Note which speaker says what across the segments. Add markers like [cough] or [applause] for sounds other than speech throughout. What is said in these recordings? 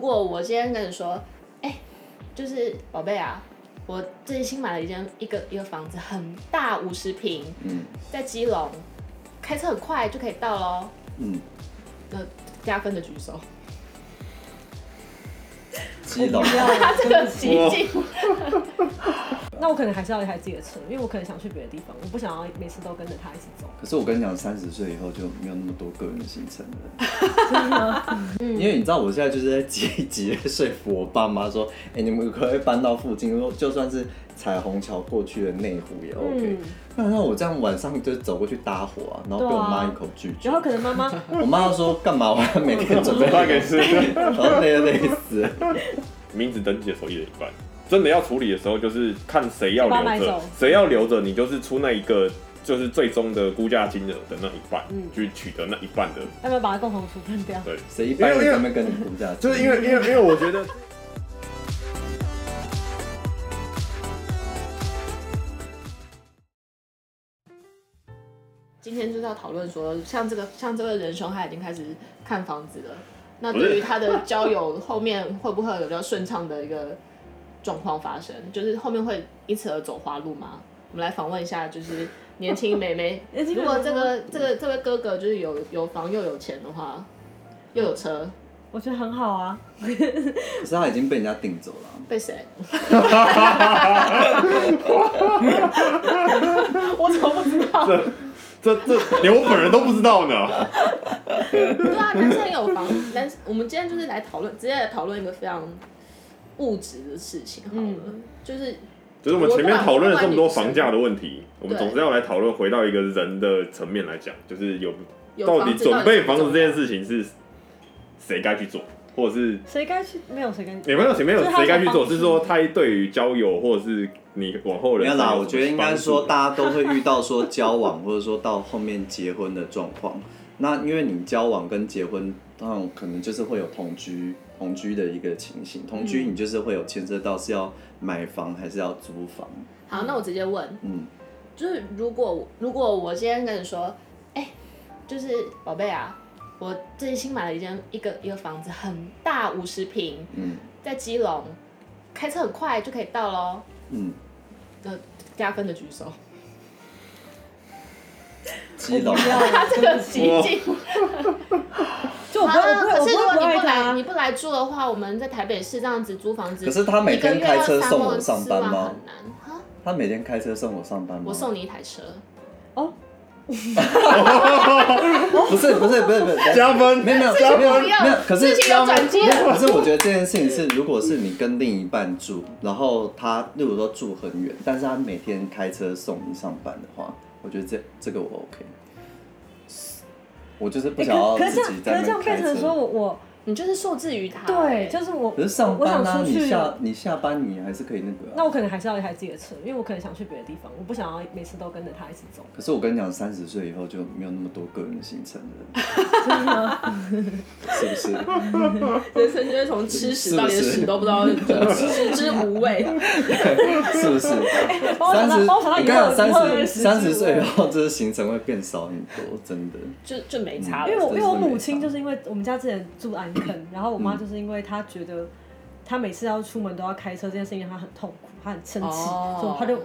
Speaker 1: 果我今天跟你说，哎、就是宝贝啊，我最近新买了一间一个一个房子，很大，五十平，
Speaker 2: 嗯
Speaker 1: 在基隆，开车很快就可以到喽。
Speaker 2: 嗯，
Speaker 1: 那加分的举
Speaker 2: [laughs]
Speaker 1: 手，
Speaker 2: 基隆，
Speaker 1: 他这个极尽，
Speaker 3: 那我可能还是要一台自己的车，因为我可能想去别的地方，我不想要每次都跟着他一起走。
Speaker 2: 可是我跟你讲，三十岁以后就没有那么多个人的行程了。因为你知道，我现在就是在积极的说服我爸妈说，哎、你们可不可以搬到附近，说就算是彩虹桥过去的内湖也 OK。那、
Speaker 3: 嗯
Speaker 2: 那我这样晚上就走过去搭火啊，然后被我妈一口拒绝。
Speaker 3: 然后可能妈妈，
Speaker 2: 我妈说干嘛？我还每天准
Speaker 4: [laughs]
Speaker 2: 备，
Speaker 4: 大概是
Speaker 2: 然后累得累死了。
Speaker 4: 名字登记的时候一人一半。真的要处理的时候，就是看谁要
Speaker 3: 把它
Speaker 4: 留
Speaker 3: 买
Speaker 4: 着
Speaker 3: 走，
Speaker 4: 谁要留着，你就是出那一个，就是最终的估价金额的那一半，
Speaker 3: 嗯
Speaker 4: 去取得那一半的。
Speaker 3: 要不要把它共同处分掉？，
Speaker 4: 对，
Speaker 2: 谁一般会专门跟你估价？
Speaker 4: [laughs] 就是因为因为因为我觉得，
Speaker 1: 今天就是要讨论说，像这个像这位仁兄，他已经开始看房子了。那对于他的交友后面会不会有比较顺畅的一个状况发生？就是后面会因此而走花路吗？我们来访问一下，就是 [laughs] 年轻妹妹
Speaker 3: 年轻妹妹
Speaker 1: 如果这个这个这位哥哥就是有有房又有钱的话，又有车，
Speaker 3: 我觉得很好啊，
Speaker 2: 可是他已经被人家订走了啊。
Speaker 1: 被谁？ [laughs] 我怎么不知道？
Speaker 4: 这这连我本人都不知道呢。
Speaker 1: 对啊，男生有房， [laughs] 男生我们今天就是来讨论，直接来讨论一个非常物质的事情好了，
Speaker 3: 嗯
Speaker 1: 就是
Speaker 4: 就是我们前面讨论了这么多房价的问题，我们总是要来讨论回到一个人的层面来讲，就是有
Speaker 1: 有
Speaker 4: 到
Speaker 1: 房
Speaker 4: 底
Speaker 1: 子
Speaker 4: 准备房子这件
Speaker 1: 到底
Speaker 4: 事情是谁该去做，或者是
Speaker 3: 谁该去？没有谁该。
Speaker 4: 也没有谁没有
Speaker 3: 就是他
Speaker 4: 谁该去做，
Speaker 3: 想帮
Speaker 4: 是说他对于交友或者是你往后
Speaker 2: 没
Speaker 4: 人
Speaker 2: 有
Speaker 4: 生
Speaker 2: 啦，
Speaker 4: 有
Speaker 2: 我
Speaker 4: 什么
Speaker 2: 觉得应该
Speaker 4: 帮助
Speaker 2: 说，大家都会遇到说交往，或者说到后面结婚的状况。 [laughs] 那因为你交往跟结婚，当然可能就是会有同居同居的一个情形。同
Speaker 1: 嗯
Speaker 2: 居你就是会有牵涉到是要买房还是要租房。
Speaker 1: 好，那我直接问，
Speaker 2: 嗯，
Speaker 1: 就是如果如果我今天跟你说，哎、就是宝贝啊，我最近新买了一间一个一个房子，很大，五十平，
Speaker 2: 嗯
Speaker 1: 在基隆，开车很快就可以到喽。
Speaker 2: 嗯，
Speaker 1: 那加分的举
Speaker 2: [laughs]
Speaker 1: 手，
Speaker 2: 基隆
Speaker 3: 不要啊，
Speaker 1: [laughs] 他这个极尽。
Speaker 3: 就我不会，我不会，
Speaker 1: 可
Speaker 3: 我
Speaker 1: 是如
Speaker 3: 不
Speaker 1: 果
Speaker 3: 会
Speaker 1: 你
Speaker 3: 不爱
Speaker 1: 不来，
Speaker 3: 他
Speaker 1: 你。不来住的话，我们在台北市这样子租房子，
Speaker 2: 可是他每天开车送我上班吗
Speaker 1: 一个月要三万四万很难哈
Speaker 2: 他每天开车送我上班吗？
Speaker 1: 我送你一台车，
Speaker 3: 哦，
Speaker 2: 不是不是不
Speaker 1: [laughs]
Speaker 2: 是不是，
Speaker 4: [laughs] 加分
Speaker 2: 没
Speaker 4: [laughs]
Speaker 2: 有没有
Speaker 1: 这个
Speaker 2: 没有
Speaker 1: 不
Speaker 2: 没
Speaker 1: 要
Speaker 2: 有，可是
Speaker 1: 事情有转机了
Speaker 2: 可是我觉得这件事情是，如果是你跟另一半住，然后他例如说住很远，但是他每天开车送你上班的话，我觉得这这个我 OK。我就是不
Speaker 3: 欸
Speaker 2: 想要
Speaker 3: 可可是这
Speaker 2: 自己
Speaker 3: 样，
Speaker 2: 在
Speaker 3: 可
Speaker 2: 那
Speaker 3: 是这
Speaker 2: 边
Speaker 3: 样
Speaker 2: 开
Speaker 3: 变成说
Speaker 2: 车。
Speaker 3: 我我
Speaker 1: 你就是受制于他、
Speaker 3: 对，
Speaker 1: 欸
Speaker 3: 就是我，
Speaker 2: 可是上
Speaker 3: 我
Speaker 2: 班
Speaker 3: 想
Speaker 2: 啊，
Speaker 3: 出去
Speaker 2: 你下你下班你还是可以那个、啊。
Speaker 3: 那我可能还是要一台自己的车，因为我可能想去别的地方，我不想要每次都跟着他一起走。
Speaker 2: 可是我跟你讲，三十岁以后就没有那么多个人的行程了，
Speaker 3: [laughs]
Speaker 2: 是不是？
Speaker 1: 人生就是从吃屎
Speaker 2: 是不
Speaker 1: 到
Speaker 2: 是
Speaker 1: 连屎都不知道，
Speaker 2: [laughs]
Speaker 1: 食之无味。
Speaker 2: 是不是？
Speaker 3: 帮我
Speaker 2: 三
Speaker 3: 想到
Speaker 2: 十，
Speaker 3: 帮我想到
Speaker 2: 你
Speaker 3: 以后
Speaker 2: 刚讲
Speaker 3: 以后
Speaker 2: 三
Speaker 3: 有人
Speaker 2: 十
Speaker 3: 失
Speaker 2: 三十
Speaker 3: 职我
Speaker 2: 岁以后，这个行程会变少很多，真的。
Speaker 1: 就就没差
Speaker 3: 因为
Speaker 1: 了。
Speaker 3: 我因为我母亲
Speaker 2: 真的没差
Speaker 3: 就是因为我们家之前住安坑，然后我妈就是因为她觉得她每次要出门都要开车这件事情，她很痛苦，她很生气，
Speaker 1: 哦
Speaker 3: 所以她就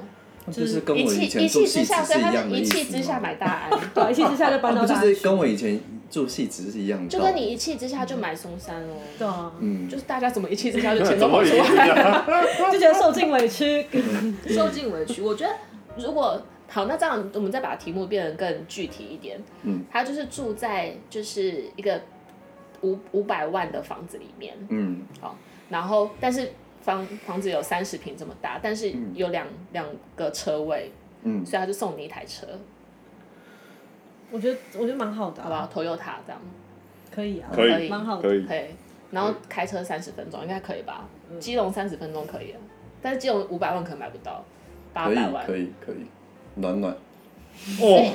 Speaker 2: 就是跟
Speaker 1: 一
Speaker 2: 我以
Speaker 1: 气
Speaker 2: 前
Speaker 1: 一
Speaker 2: 做
Speaker 1: 气
Speaker 2: 戏
Speaker 1: 之
Speaker 2: 只
Speaker 1: 下，所
Speaker 2: 是
Speaker 1: 以他
Speaker 2: 一
Speaker 1: 是
Speaker 2: 样的
Speaker 1: 一
Speaker 2: 意思
Speaker 1: 气之下
Speaker 2: 吗
Speaker 1: 买大安，
Speaker 3: 对，一气之下就搬
Speaker 2: 啊
Speaker 3: 到
Speaker 2: 不就
Speaker 3: 大
Speaker 2: 是
Speaker 3: 安
Speaker 2: 跟我以前做戏只是一样的
Speaker 1: 就
Speaker 2: 道理，
Speaker 1: 跟你一气之下就买松山哦。
Speaker 3: 对啊，
Speaker 2: 嗯
Speaker 1: 就，是大家怎么一气之下
Speaker 2: [laughs]
Speaker 1: 就钱
Speaker 4: 怎
Speaker 1: 都
Speaker 4: 么
Speaker 1: 跑
Speaker 4: 已
Speaker 1: 出
Speaker 4: 经
Speaker 1: 来，
Speaker 3: 就觉得受尽委屈。
Speaker 1: 受尽委屈。我觉得如果好，那这样我们再把题目变得更具体一点。
Speaker 2: 嗯，
Speaker 1: 他就是住在就是一个五五百万的房子里面，
Speaker 2: 嗯，
Speaker 1: 然后但是房房子有三十平这么大，但是有两两、个车位，
Speaker 2: 嗯
Speaker 1: 所以他就送你一台车，
Speaker 3: 我觉得我觉得蛮好的、啊
Speaker 1: 好不好？投右塔这样
Speaker 3: 可以啊，
Speaker 4: 可
Speaker 1: 可以
Speaker 4: 以
Speaker 3: 蛮好的
Speaker 4: 可。以，
Speaker 1: 可以，然后开车三十分钟应该可以吧？基隆三十分钟可以啊，但是基隆五百万可能买不到，八
Speaker 2: 可以
Speaker 1: 啊百万
Speaker 2: 可以可以，暖暖，
Speaker 4: 哦，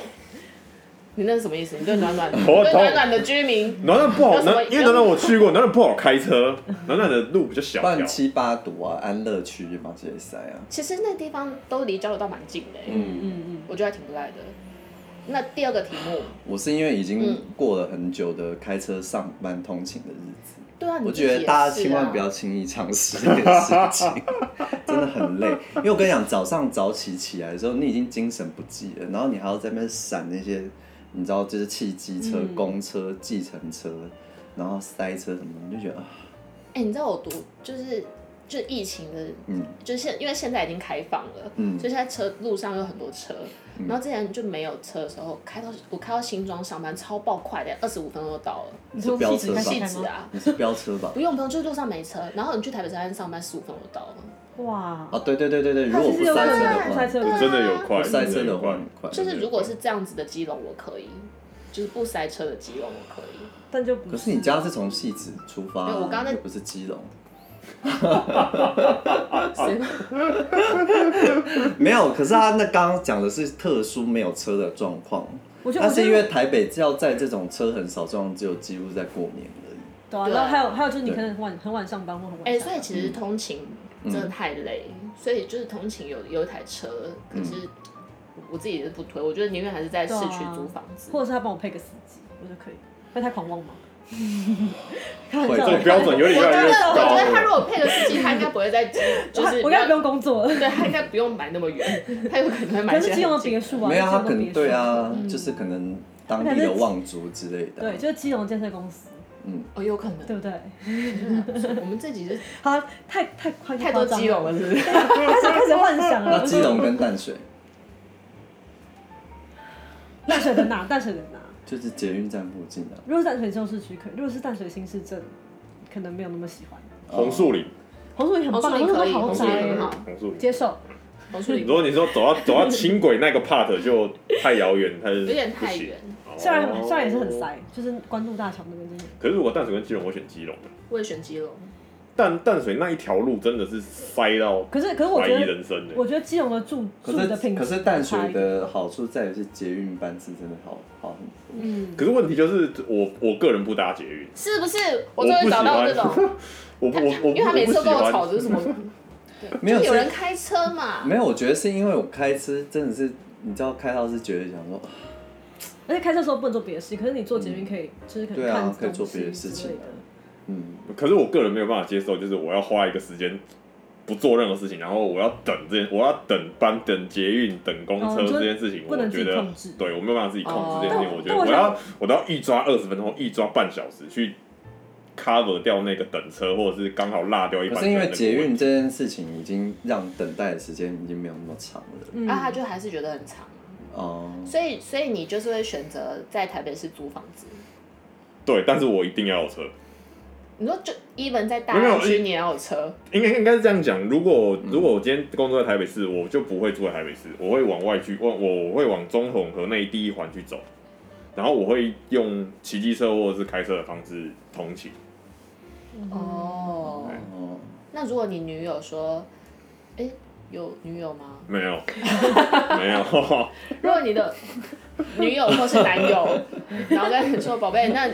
Speaker 1: 你那是什么意思？你对
Speaker 2: [laughs]
Speaker 1: 暖暖，你
Speaker 4: 头
Speaker 1: 对
Speaker 4: 头
Speaker 1: 暖暖的居民
Speaker 4: 暖暖不
Speaker 1: 有
Speaker 4: 好，
Speaker 1: [laughs] 什么
Speaker 4: 暖因为暖暖我去过，暖暖不好开车，暖暖的路比较小
Speaker 2: 不
Speaker 4: 条
Speaker 2: 然，七八堵啊，安乐区嘛这些塞啊，
Speaker 1: 其实那地方都离交流道蛮近的、欸，
Speaker 2: 嗯
Speaker 3: 嗯
Speaker 1: 我觉得还挺不赖的。那第二个题目，
Speaker 2: 我是因为已经
Speaker 1: 嗯
Speaker 2: 过了很久的开车上班通勤的日子，
Speaker 1: 对啊，你
Speaker 2: 我
Speaker 1: 自己
Speaker 2: 觉
Speaker 1: 也
Speaker 2: 得大家
Speaker 1: 是
Speaker 2: 千万
Speaker 1: 啊
Speaker 2: 不要轻易尝试这件事情，真的很累。因为我跟你讲，早上早起起来的时候，你已经精神不济了，然后你还要在那边闪那些，你知道，就是汽机车、
Speaker 3: 嗯
Speaker 2: 公车、计程车，然后塞车什么的，你就觉得啊，
Speaker 1: 哎、你知道我读就是就疫情的，
Speaker 2: 嗯
Speaker 1: 就是现因为现在已经开放了，
Speaker 2: 嗯
Speaker 1: 所以现在车路上有很多车。然后之前就没有车的时候，开到我开到新庄上班超爆快的，二十五分钟就到了。
Speaker 3: 你
Speaker 2: 是
Speaker 3: 说
Speaker 2: 飙车
Speaker 3: 戏子
Speaker 2: 吧
Speaker 3: 开始
Speaker 1: 戏
Speaker 3: 开
Speaker 1: 子
Speaker 3: 吗？
Speaker 1: 啊，
Speaker 2: 你是飙车吧？
Speaker 1: 不用不用，就是路上没车。然后你去台北车站上班十五分钟就到了，
Speaker 3: 哦哇
Speaker 2: 啊，，对对对对对，如果不
Speaker 3: 其实有
Speaker 2: 塞车
Speaker 3: 可能塞
Speaker 2: 的
Speaker 3: 车
Speaker 2: 话，
Speaker 3: 的
Speaker 4: 我真的有快，
Speaker 2: 不塞车
Speaker 4: 真
Speaker 2: 的
Speaker 4: 有
Speaker 2: 话
Speaker 4: 快
Speaker 2: 很快，
Speaker 1: 就是如果是这样子的基隆，我可以。就是不塞车的基隆，我可以。
Speaker 3: 但就不
Speaker 2: 可是你家是从戏子出发、
Speaker 1: 对我刚刚在
Speaker 2: 又不是基隆。 [laughs]
Speaker 1: 谁
Speaker 2: 没有，可是他那刚刚讲的是特殊没有车的状况，
Speaker 3: 我觉得
Speaker 2: 那啊
Speaker 3: 我觉
Speaker 2: 是
Speaker 3: 得
Speaker 2: 因为台北只要在这种车很少状况，只有几乎在过年而已。
Speaker 3: 对啊，
Speaker 1: 对
Speaker 3: 然后还有还有就是你可能晚很晚上班或很晚下班，
Speaker 1: 哎、所以其实通勤真的太累，所以就是通勤有有一台车，可是我自己是不推，我觉得宁愿还是在市区
Speaker 3: 对啊
Speaker 1: 租房子。
Speaker 3: 或者是他帮我配个司机，我就可以，会太狂妄吗？ [laughs]
Speaker 2: 会
Speaker 4: 这个标准有点
Speaker 1: 我觉
Speaker 4: 越来
Speaker 1: 得
Speaker 4: 越，
Speaker 1: 我觉得他
Speaker 4: 高
Speaker 1: 如
Speaker 4: 了。
Speaker 1: 果配个司机，他应该不会再
Speaker 3: [laughs]
Speaker 1: 就是
Speaker 3: 我应该不用工作了。
Speaker 1: 对他应该不用买那么远，他有可能会买
Speaker 3: 可
Speaker 1: 一些很
Speaker 3: 是基
Speaker 1: 近
Speaker 3: 隆的别墅啊，
Speaker 2: 没有，
Speaker 3: 基
Speaker 2: 他
Speaker 3: 隆的
Speaker 2: 可能
Speaker 3: 别墅
Speaker 2: 对，啊，就是可能当地的望族之类的。啊
Speaker 3: 对，就是基隆建设公司，
Speaker 1: 哦，有可能。啊
Speaker 3: 对不
Speaker 1: [laughs]
Speaker 3: 对？
Speaker 1: 我们这集是
Speaker 3: 好，太太快
Speaker 1: 太多基隆了，是不是？
Speaker 3: 夸张 [laughs] 了，开始开始幻想
Speaker 2: [laughs]
Speaker 3: 了。
Speaker 2: 那基隆跟淡水
Speaker 3: 淡水的哪？淡水的哪？
Speaker 2: 就是捷运站附近
Speaker 3: [laughs]
Speaker 2: 的、啊，
Speaker 3: 如果是淡水旧市区可以，如果是淡水新市镇，可能没有那么喜欢。
Speaker 4: 红树
Speaker 2: 哦
Speaker 4: 林，
Speaker 3: 红树林很棒，
Speaker 1: 红树林可以
Speaker 3: 红
Speaker 4: 红
Speaker 3: 树
Speaker 4: 树
Speaker 3: 林
Speaker 1: 红
Speaker 4: 林，
Speaker 1: 很
Speaker 3: 很
Speaker 1: 好
Speaker 3: 好
Speaker 1: 宅
Speaker 3: 宅，
Speaker 4: 红树林。
Speaker 3: 接受。
Speaker 1: 我说
Speaker 4: 如果你说走到走到轻轨那个 part 就太遥远，它有
Speaker 1: 有点太远。，
Speaker 3: 虽然虽然也是很。塞，就是关渡大桥那边真的。
Speaker 4: 哦可是如果淡水跟基隆，我选基隆。
Speaker 1: 我也选基隆，
Speaker 4: 但淡水那一条路真的是塞到
Speaker 3: 可是可是我
Speaker 4: 怀疑
Speaker 3: 觉得，
Speaker 4: 人生欸的。
Speaker 3: 我觉得基隆的住
Speaker 2: 可
Speaker 3: 住的
Speaker 2: 是
Speaker 3: 品质
Speaker 2: 可是淡水
Speaker 3: 很差一点，
Speaker 2: 的好处在于是捷运班次真的好好很多。
Speaker 3: 嗯，
Speaker 4: 可是问题就是我我个人不搭捷运，
Speaker 1: 是不是？
Speaker 4: 我
Speaker 1: 我终于
Speaker 4: 不
Speaker 1: 找
Speaker 4: 喜
Speaker 1: 到
Speaker 4: 欢
Speaker 1: 这种，
Speaker 4: 我不我我
Speaker 1: 因为他每次都跟我吵，
Speaker 4: 不
Speaker 1: 就是什么，
Speaker 2: 没有
Speaker 1: 就是有
Speaker 2: 是
Speaker 1: 人开车嘛，
Speaker 2: 没有，我觉得是因为我开车真的是，你知道开到是觉得想说，哦
Speaker 3: 而且开车的时候不能做别的事，可是你做捷运可以，就是可
Speaker 2: 对
Speaker 3: 能
Speaker 2: 啊
Speaker 3: 看
Speaker 2: 可以做
Speaker 3: 东西
Speaker 2: 别的事
Speaker 3: 之
Speaker 2: 情
Speaker 3: 类的
Speaker 2: 啊嗯，
Speaker 4: 喜欢 [laughs] 可是我个人没有办法接受，就是我要花一个时间不做任何事情，然后我要等这件，我要等班、等捷运、等公
Speaker 3: 哦
Speaker 4: 车
Speaker 3: 你就
Speaker 4: 这件事情，
Speaker 3: 不
Speaker 4: 我
Speaker 3: 能自
Speaker 4: 觉
Speaker 3: 己
Speaker 4: 得
Speaker 3: 控制
Speaker 4: 对我没有办法自己控制这件事情，
Speaker 1: 哦
Speaker 4: 我觉
Speaker 3: 但
Speaker 4: 得
Speaker 3: 我但
Speaker 4: 我
Speaker 3: 我
Speaker 4: 要我都要一抓二十分钟，一抓半小时去 cover 掉那个等车，或者是刚好落掉一班
Speaker 2: 可
Speaker 4: 车
Speaker 2: 是因
Speaker 4: 的啊那个
Speaker 2: 为
Speaker 4: 问题。
Speaker 2: 捷运这件事情已经让等待的时间已经没有那么长了。
Speaker 3: 嗯
Speaker 1: 然后啊他就还是觉得很长。
Speaker 2: 哦、
Speaker 1: 所以，所以你就是会选择在台北市租房子。
Speaker 4: 对，但是我一定要有车。
Speaker 1: 你说就 even 在大
Speaker 4: 没有
Speaker 1: 安区，你也要有车，
Speaker 4: 应该应该是这样讲，如果如果我今天工作在台北市，我就不会住在台北市，我会往外去，我我会往中统和内第一环去走，然后我会用骑机车或者是开车的方式通勤。
Speaker 1: 哦，
Speaker 2: 哦，
Speaker 1: 那如果你女友说，哎、有女友吗？[laughs]
Speaker 4: 没有，没有， [laughs]
Speaker 1: 如果你的女友或是男友，然后跟你说，宝贝，那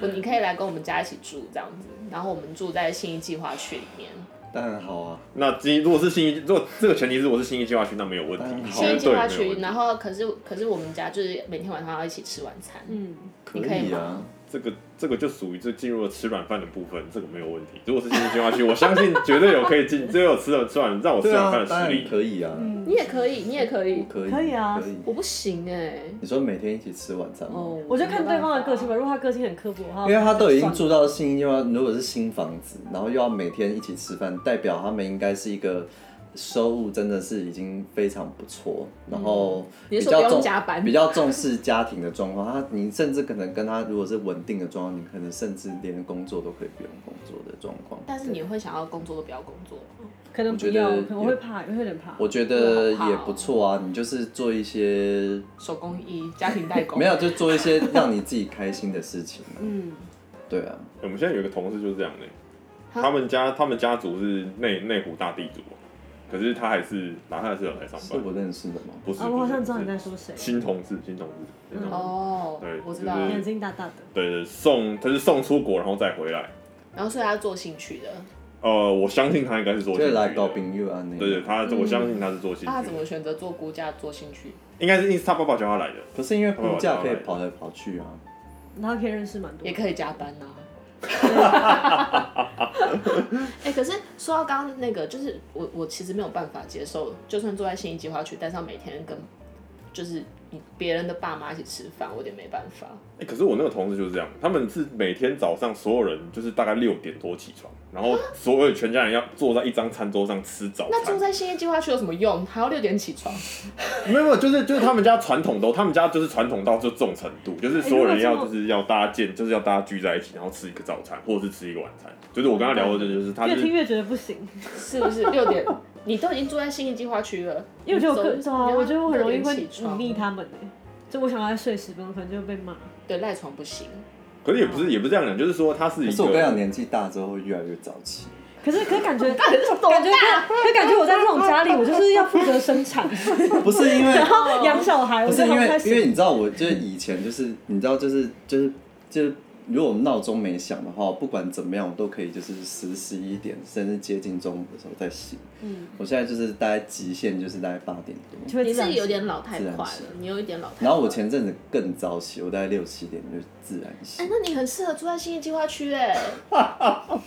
Speaker 1: 我你可以来跟我们家一起住这样子，然后我们住在新一计划区里面。
Speaker 4: 哦
Speaker 2: 当然好啊，
Speaker 4: 那今如果是新一，如果这个前提是我是新一计划区，那没有问题
Speaker 2: 当然，好
Speaker 1: 新一
Speaker 4: 绝
Speaker 1: 计
Speaker 4: 对没
Speaker 1: 划
Speaker 4: 有问
Speaker 1: 区，
Speaker 4: 题
Speaker 1: 然。后可是可是我们家就是每天晚上要一起吃晚餐，
Speaker 3: 嗯，
Speaker 2: 可
Speaker 1: 你可以
Speaker 2: 啊
Speaker 1: 吗。
Speaker 4: 这个这个就属于这进入了吃软饭的部分，这个没有问题。如果是新一计划区，我相信绝对有可以进，绝对有吃软吃软让我吃
Speaker 2: 对
Speaker 4: 软
Speaker 2: 啊，
Speaker 4: 饭的
Speaker 2: 当
Speaker 4: 实
Speaker 2: 然
Speaker 4: 力。
Speaker 2: 可以啊，
Speaker 3: 嗯
Speaker 1: 你也可以，你也可以，
Speaker 4: 嗯
Speaker 2: 可以，
Speaker 3: 可以啊
Speaker 2: 可以。
Speaker 1: 我不行哎、
Speaker 2: 你说每天一起吃晚餐吗？
Speaker 1: 哦，
Speaker 3: 我就看对方的个性
Speaker 1: 吧。
Speaker 3: 吧。如果他个性很刻薄的话，
Speaker 2: 因为他都已经
Speaker 3: 算
Speaker 2: 住到新地方，如果是新房子，然后又要每天一起吃饭，代表他们应该是一个收入真的是已经非常不错，然后
Speaker 1: 你
Speaker 2: 比
Speaker 1: 是说
Speaker 2: 较
Speaker 1: 不用
Speaker 2: 重
Speaker 1: 加班
Speaker 2: 比较重视家庭的状况。他你甚至可能跟他如果是稳定的状况，你可能甚至连工作都可以不用工作的状况。
Speaker 1: 但是你会想要工作都不要工作吗？
Speaker 3: 可能不
Speaker 2: 我觉
Speaker 3: 要，
Speaker 2: 得
Speaker 3: 可能我会怕，会有点怕。
Speaker 2: 我觉得也不错啊，你就是做一些
Speaker 1: 手工艺、家庭代工，
Speaker 2: 没有，就做一些让你自己开心的事情啊、
Speaker 3: 嗯，
Speaker 2: 对啊，
Speaker 4: 我们现在有一个同事就是这样的、欸
Speaker 1: 哈
Speaker 4: 他们家他们家族是内内湖大地主，啊可是他还是拿他还是有来上
Speaker 2: 是
Speaker 4: 班，
Speaker 2: 我认识的吗？
Speaker 4: 不是？
Speaker 3: 啊，我好像知道
Speaker 4: 不
Speaker 3: 你
Speaker 4: 是
Speaker 3: 在嗯说谁，
Speaker 4: 新同事，新同事，新同事。
Speaker 1: 哦，
Speaker 4: 对
Speaker 1: 我知道。
Speaker 4: 就是
Speaker 3: 眼睛大大的，
Speaker 4: 对对，送他是送出国然后再回来，
Speaker 1: 然后所以他做兴趣的，
Speaker 4: 呃，我相信他应该是做
Speaker 2: 就
Speaker 4: 兴
Speaker 2: 是
Speaker 4: 趣的
Speaker 2: 来搞朋友啊那。
Speaker 4: 对对，。他我相
Speaker 3: 嗯
Speaker 4: 信他是做兴
Speaker 1: 那他
Speaker 4: 趣
Speaker 1: 怎
Speaker 4: 的，
Speaker 1: 么选择做估价做兴趣？
Speaker 4: 应该是因为他爸爸叫他来的。
Speaker 2: 可是因为估价可以跑来跑去啊，
Speaker 3: 然后可以认识蛮多
Speaker 1: 也
Speaker 3: 人。
Speaker 1: 可以加班啊 [laughs] 呐、哎、可是说到刚刚那个，就是我我其实没有办法接受，就算住在新一计划区，但是要每天跟就是别人的爸妈一起吃饭，我有点没办法。
Speaker 4: 哎，可是我那个同事就是这样，他们是每天早上所有人就是大概六点多起床，然后所有全家人要坐在一张餐桌上吃早
Speaker 1: 那住
Speaker 4: 餐。
Speaker 1: 在新一计划区有什么用？还要六点起床？
Speaker 4: 没有，没有就是就是他们家传统都，他们家就是传统到就这种程度，就是所有人
Speaker 3: 哎如
Speaker 4: 要
Speaker 3: 果这么
Speaker 4: 就是要大家见，就是要大家聚在一起，然后吃一个早餐或者是吃一个晚餐。就是我跟他聊
Speaker 2: 嗯
Speaker 4: 过，就是他就
Speaker 3: 越
Speaker 4: 是
Speaker 3: 听越觉得不行，
Speaker 1: 是不是六点？你都已经住在新一计划区了，
Speaker 3: 因为我觉得我
Speaker 1: 你
Speaker 3: 跟
Speaker 1: 走
Speaker 3: 对啊，我觉得我很容易
Speaker 1: 六
Speaker 3: 会
Speaker 1: 点起
Speaker 3: 忤
Speaker 1: 床
Speaker 3: 逆他们欸就我想要再睡十分钟，可能就会被骂。
Speaker 1: 对，赖床不行。
Speaker 4: 可是也不是也不是这样讲，就是说他是
Speaker 2: 可
Speaker 4: 一个，
Speaker 2: 是我跟你讲，年纪大之后会越来越早起。
Speaker 3: 可是可是感觉感
Speaker 1: 感
Speaker 3: 觉 [laughs] 感可感觉我在这种家里，我就是要负责生
Speaker 2: [laughs]
Speaker 3: 产，
Speaker 2: 不是因为，
Speaker 3: [laughs] 然后养小孩，我
Speaker 2: 不
Speaker 3: 就是
Speaker 2: 因
Speaker 3: 好
Speaker 2: 为，
Speaker 3: 开
Speaker 2: 因为
Speaker 3: 心。
Speaker 2: 你知道，我就是以前就是你知道，就是就是就是，如果闹钟没响的话，不管怎么样，我都可以就是十十一点，甚至接近中午的时候再醒。
Speaker 3: 嗯，
Speaker 2: 我现在就是大概极限就是大概八点多。
Speaker 3: 就会
Speaker 1: 你
Speaker 3: 自然
Speaker 1: 是
Speaker 3: 醒
Speaker 1: 有点老太
Speaker 2: 自
Speaker 1: 快
Speaker 2: 然
Speaker 1: 了
Speaker 2: 醒，
Speaker 1: 你有一点老太快。
Speaker 2: 然后我前阵子更早起，我大概六七点就自然
Speaker 1: 哎、
Speaker 2: 醒。
Speaker 1: 那你很适合住在新一计划区哎，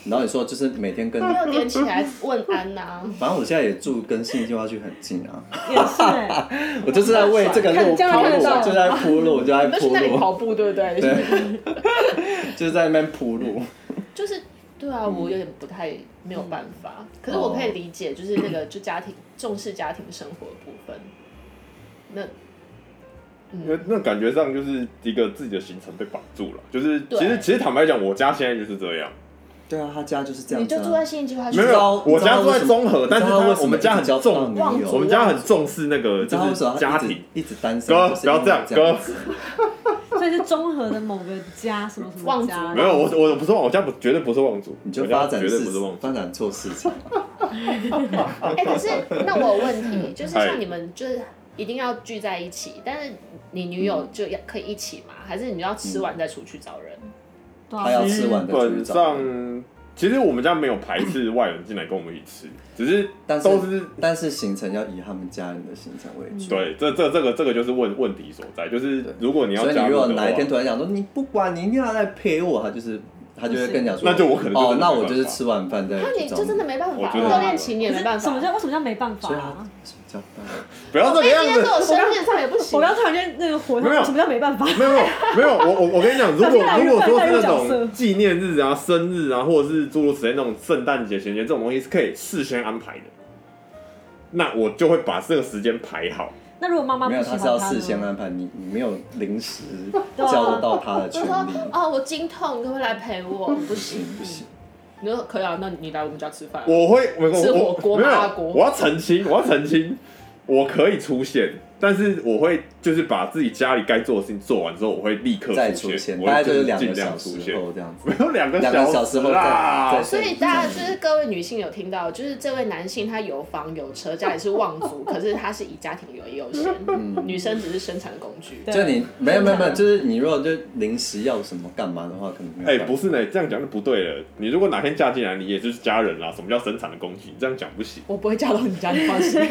Speaker 2: 然后你说就是每天跟，
Speaker 1: 六点起来问安呐、
Speaker 4: [laughs]
Speaker 2: 反正我现在也住跟信义计划区很近啊，
Speaker 3: 也是哎，
Speaker 2: 我就是在为这个
Speaker 3: 看
Speaker 2: 路
Speaker 3: 你这样
Speaker 2: 铺路，
Speaker 3: 看得到
Speaker 2: 就在铺
Speaker 1: [laughs]
Speaker 2: 路，就在
Speaker 1: 你都去
Speaker 2: 铺
Speaker 1: 那里
Speaker 2: 路，
Speaker 1: 跑步对不对？
Speaker 2: 就是在那边铺路。
Speaker 1: [laughs] 就是对啊，我有点不太没有办法，
Speaker 4: 嗯
Speaker 1: 可是我可以理解，就是那个就家庭重视家庭生活的部分。那
Speaker 4: 那那感觉上就是一个自己的行程被绑住了，就是
Speaker 1: 对
Speaker 4: 其实其实坦白讲，我家现在就是这样，
Speaker 2: 对啊，他家就是这样
Speaker 1: 你
Speaker 2: 子啊。
Speaker 1: 就住在新一计划区
Speaker 4: 嗯没，
Speaker 2: 知道
Speaker 4: 有，我家住在中和，
Speaker 2: 你知道
Speaker 4: 但是
Speaker 2: 为
Speaker 4: 他
Speaker 2: 什么
Speaker 4: 我们家很
Speaker 2: 一直交不到
Speaker 4: 重
Speaker 2: 女友
Speaker 4: 我们家很重视那个
Speaker 2: 你知道
Speaker 4: 就
Speaker 2: 为什么
Speaker 4: 是
Speaker 2: 他
Speaker 4: 家
Speaker 2: 一直
Speaker 4: 庭。
Speaker 2: 一直单身？
Speaker 4: 哥，
Speaker 2: 就是
Speaker 4: 不
Speaker 2: 因为
Speaker 4: 要这样，
Speaker 2: 这
Speaker 4: 哥
Speaker 2: 样。
Speaker 3: 所以是综合的某个家什么什么
Speaker 1: 望
Speaker 3: 家
Speaker 4: 没，有，我我不是望，我家不绝对不是望族，
Speaker 2: 你就
Speaker 4: 我家
Speaker 2: 发展
Speaker 4: 绝对
Speaker 2: 市
Speaker 4: 不是望族。
Speaker 2: 发展错啊市场。
Speaker 1: 哎、可是那我有问题，就是
Speaker 4: 哎
Speaker 1: 像你们就是一定要聚在一起，但是你女友就要可以一起吗？还是你要吃完再出去找人？
Speaker 4: 嗯
Speaker 3: 对啊
Speaker 2: 他要吃完再
Speaker 4: 基
Speaker 2: 出
Speaker 4: 本
Speaker 2: 去找
Speaker 4: 上，其实我们家没有排斥外人进来跟我们一起吃，只是
Speaker 2: 但是
Speaker 4: 都是
Speaker 2: 但是行程要以他们家人的行程为主。
Speaker 4: 对，这这这个这个就是问问题所在，就是
Speaker 2: 对
Speaker 4: 如果你要
Speaker 2: 所以
Speaker 4: 加
Speaker 2: 你
Speaker 4: 入
Speaker 2: 如
Speaker 4: 的话
Speaker 2: 果，哪一天突然想说你不管，你一定要来陪我，他就是他就会跟你讲说，
Speaker 4: 那就我可能就真的
Speaker 2: 哦，那
Speaker 4: 没
Speaker 2: 我
Speaker 4: 办
Speaker 2: 就是
Speaker 4: 法
Speaker 2: 吃完饭再
Speaker 1: 那你
Speaker 2: 去找
Speaker 1: 就真的没办
Speaker 4: 我
Speaker 1: 法，
Speaker 4: 觉得
Speaker 1: 热恋期你也没办法。
Speaker 3: 什么叫为什么叫没办法
Speaker 2: 所以他
Speaker 3: 啊？
Speaker 2: 什么叫办
Speaker 4: 不要这个
Speaker 3: 哦
Speaker 4: 样
Speaker 1: 今天是
Speaker 4: 子。
Speaker 1: 我生日，他也不行。啊
Speaker 3: 我刚刚突然间那个火
Speaker 4: 没有
Speaker 3: 上，什么叫
Speaker 2: [laughs]
Speaker 3: 没办法？
Speaker 4: 没有没有没有，我我我跟你讲，如
Speaker 3: 小心
Speaker 4: 果
Speaker 3: 来
Speaker 4: 如果
Speaker 3: 入
Speaker 4: 说
Speaker 3: 犯
Speaker 4: 是
Speaker 3: 带入
Speaker 4: 那
Speaker 3: 角色
Speaker 4: 种纪念日啊、生日啊，或者是诸如此类那种圣诞节、情人节这种东西是可以事先安排的，那我就会把这个时间排好。
Speaker 3: 那如果妈妈
Speaker 2: 没
Speaker 3: 不
Speaker 2: 有，
Speaker 3: 喜欢
Speaker 2: 他是要
Speaker 3: 呢
Speaker 2: 事先安啊排，你你没有临时叫得到他的
Speaker 1: 就
Speaker 2: 权
Speaker 1: 说
Speaker 2: 利，
Speaker 1: 哦，我经痛，你可不可以来陪我？不
Speaker 2: 不行
Speaker 1: 行，
Speaker 2: 不行。
Speaker 1: [laughs] 你说可以啊，那你来我们家吃饭啊。
Speaker 4: 我会没有
Speaker 1: 吃火
Speaker 4: 我
Speaker 1: 锅
Speaker 4: 没有
Speaker 1: 麻辣锅
Speaker 4: 我要澄清， [laughs] 我要澄清，我可以出现，但是我会就是把自己家里该做的事情做完之后，我会立刻
Speaker 2: 再出
Speaker 4: 出
Speaker 2: 现，
Speaker 4: 现，
Speaker 2: 大概
Speaker 4: 我
Speaker 2: 就是两
Speaker 4: 尽
Speaker 2: 个
Speaker 4: 量
Speaker 2: 小
Speaker 4: 出
Speaker 2: 时
Speaker 4: 现，
Speaker 2: 后这样子
Speaker 4: 没。 [laughs] 有两个
Speaker 2: 两个小时
Speaker 4: 时
Speaker 2: 后
Speaker 4: 啦，
Speaker 2: 再再
Speaker 1: 所以大家就是各位女性有听到，就是这位男性他有房有车，家里是望族， [laughs] 可是他是以家庭为优先，女生只是生产工具。
Speaker 3: 对
Speaker 2: 就你没有没有没有，就是你如果就临时要什么干嘛的话，可能没有
Speaker 4: 哎、
Speaker 2: 办法。
Speaker 4: 不是呢，这样讲就不对了。你如果哪天嫁进来，你也就是家人啦。什么叫生产的工具？你这样讲不行。
Speaker 1: [laughs] 我不会嫁到你家，你放心。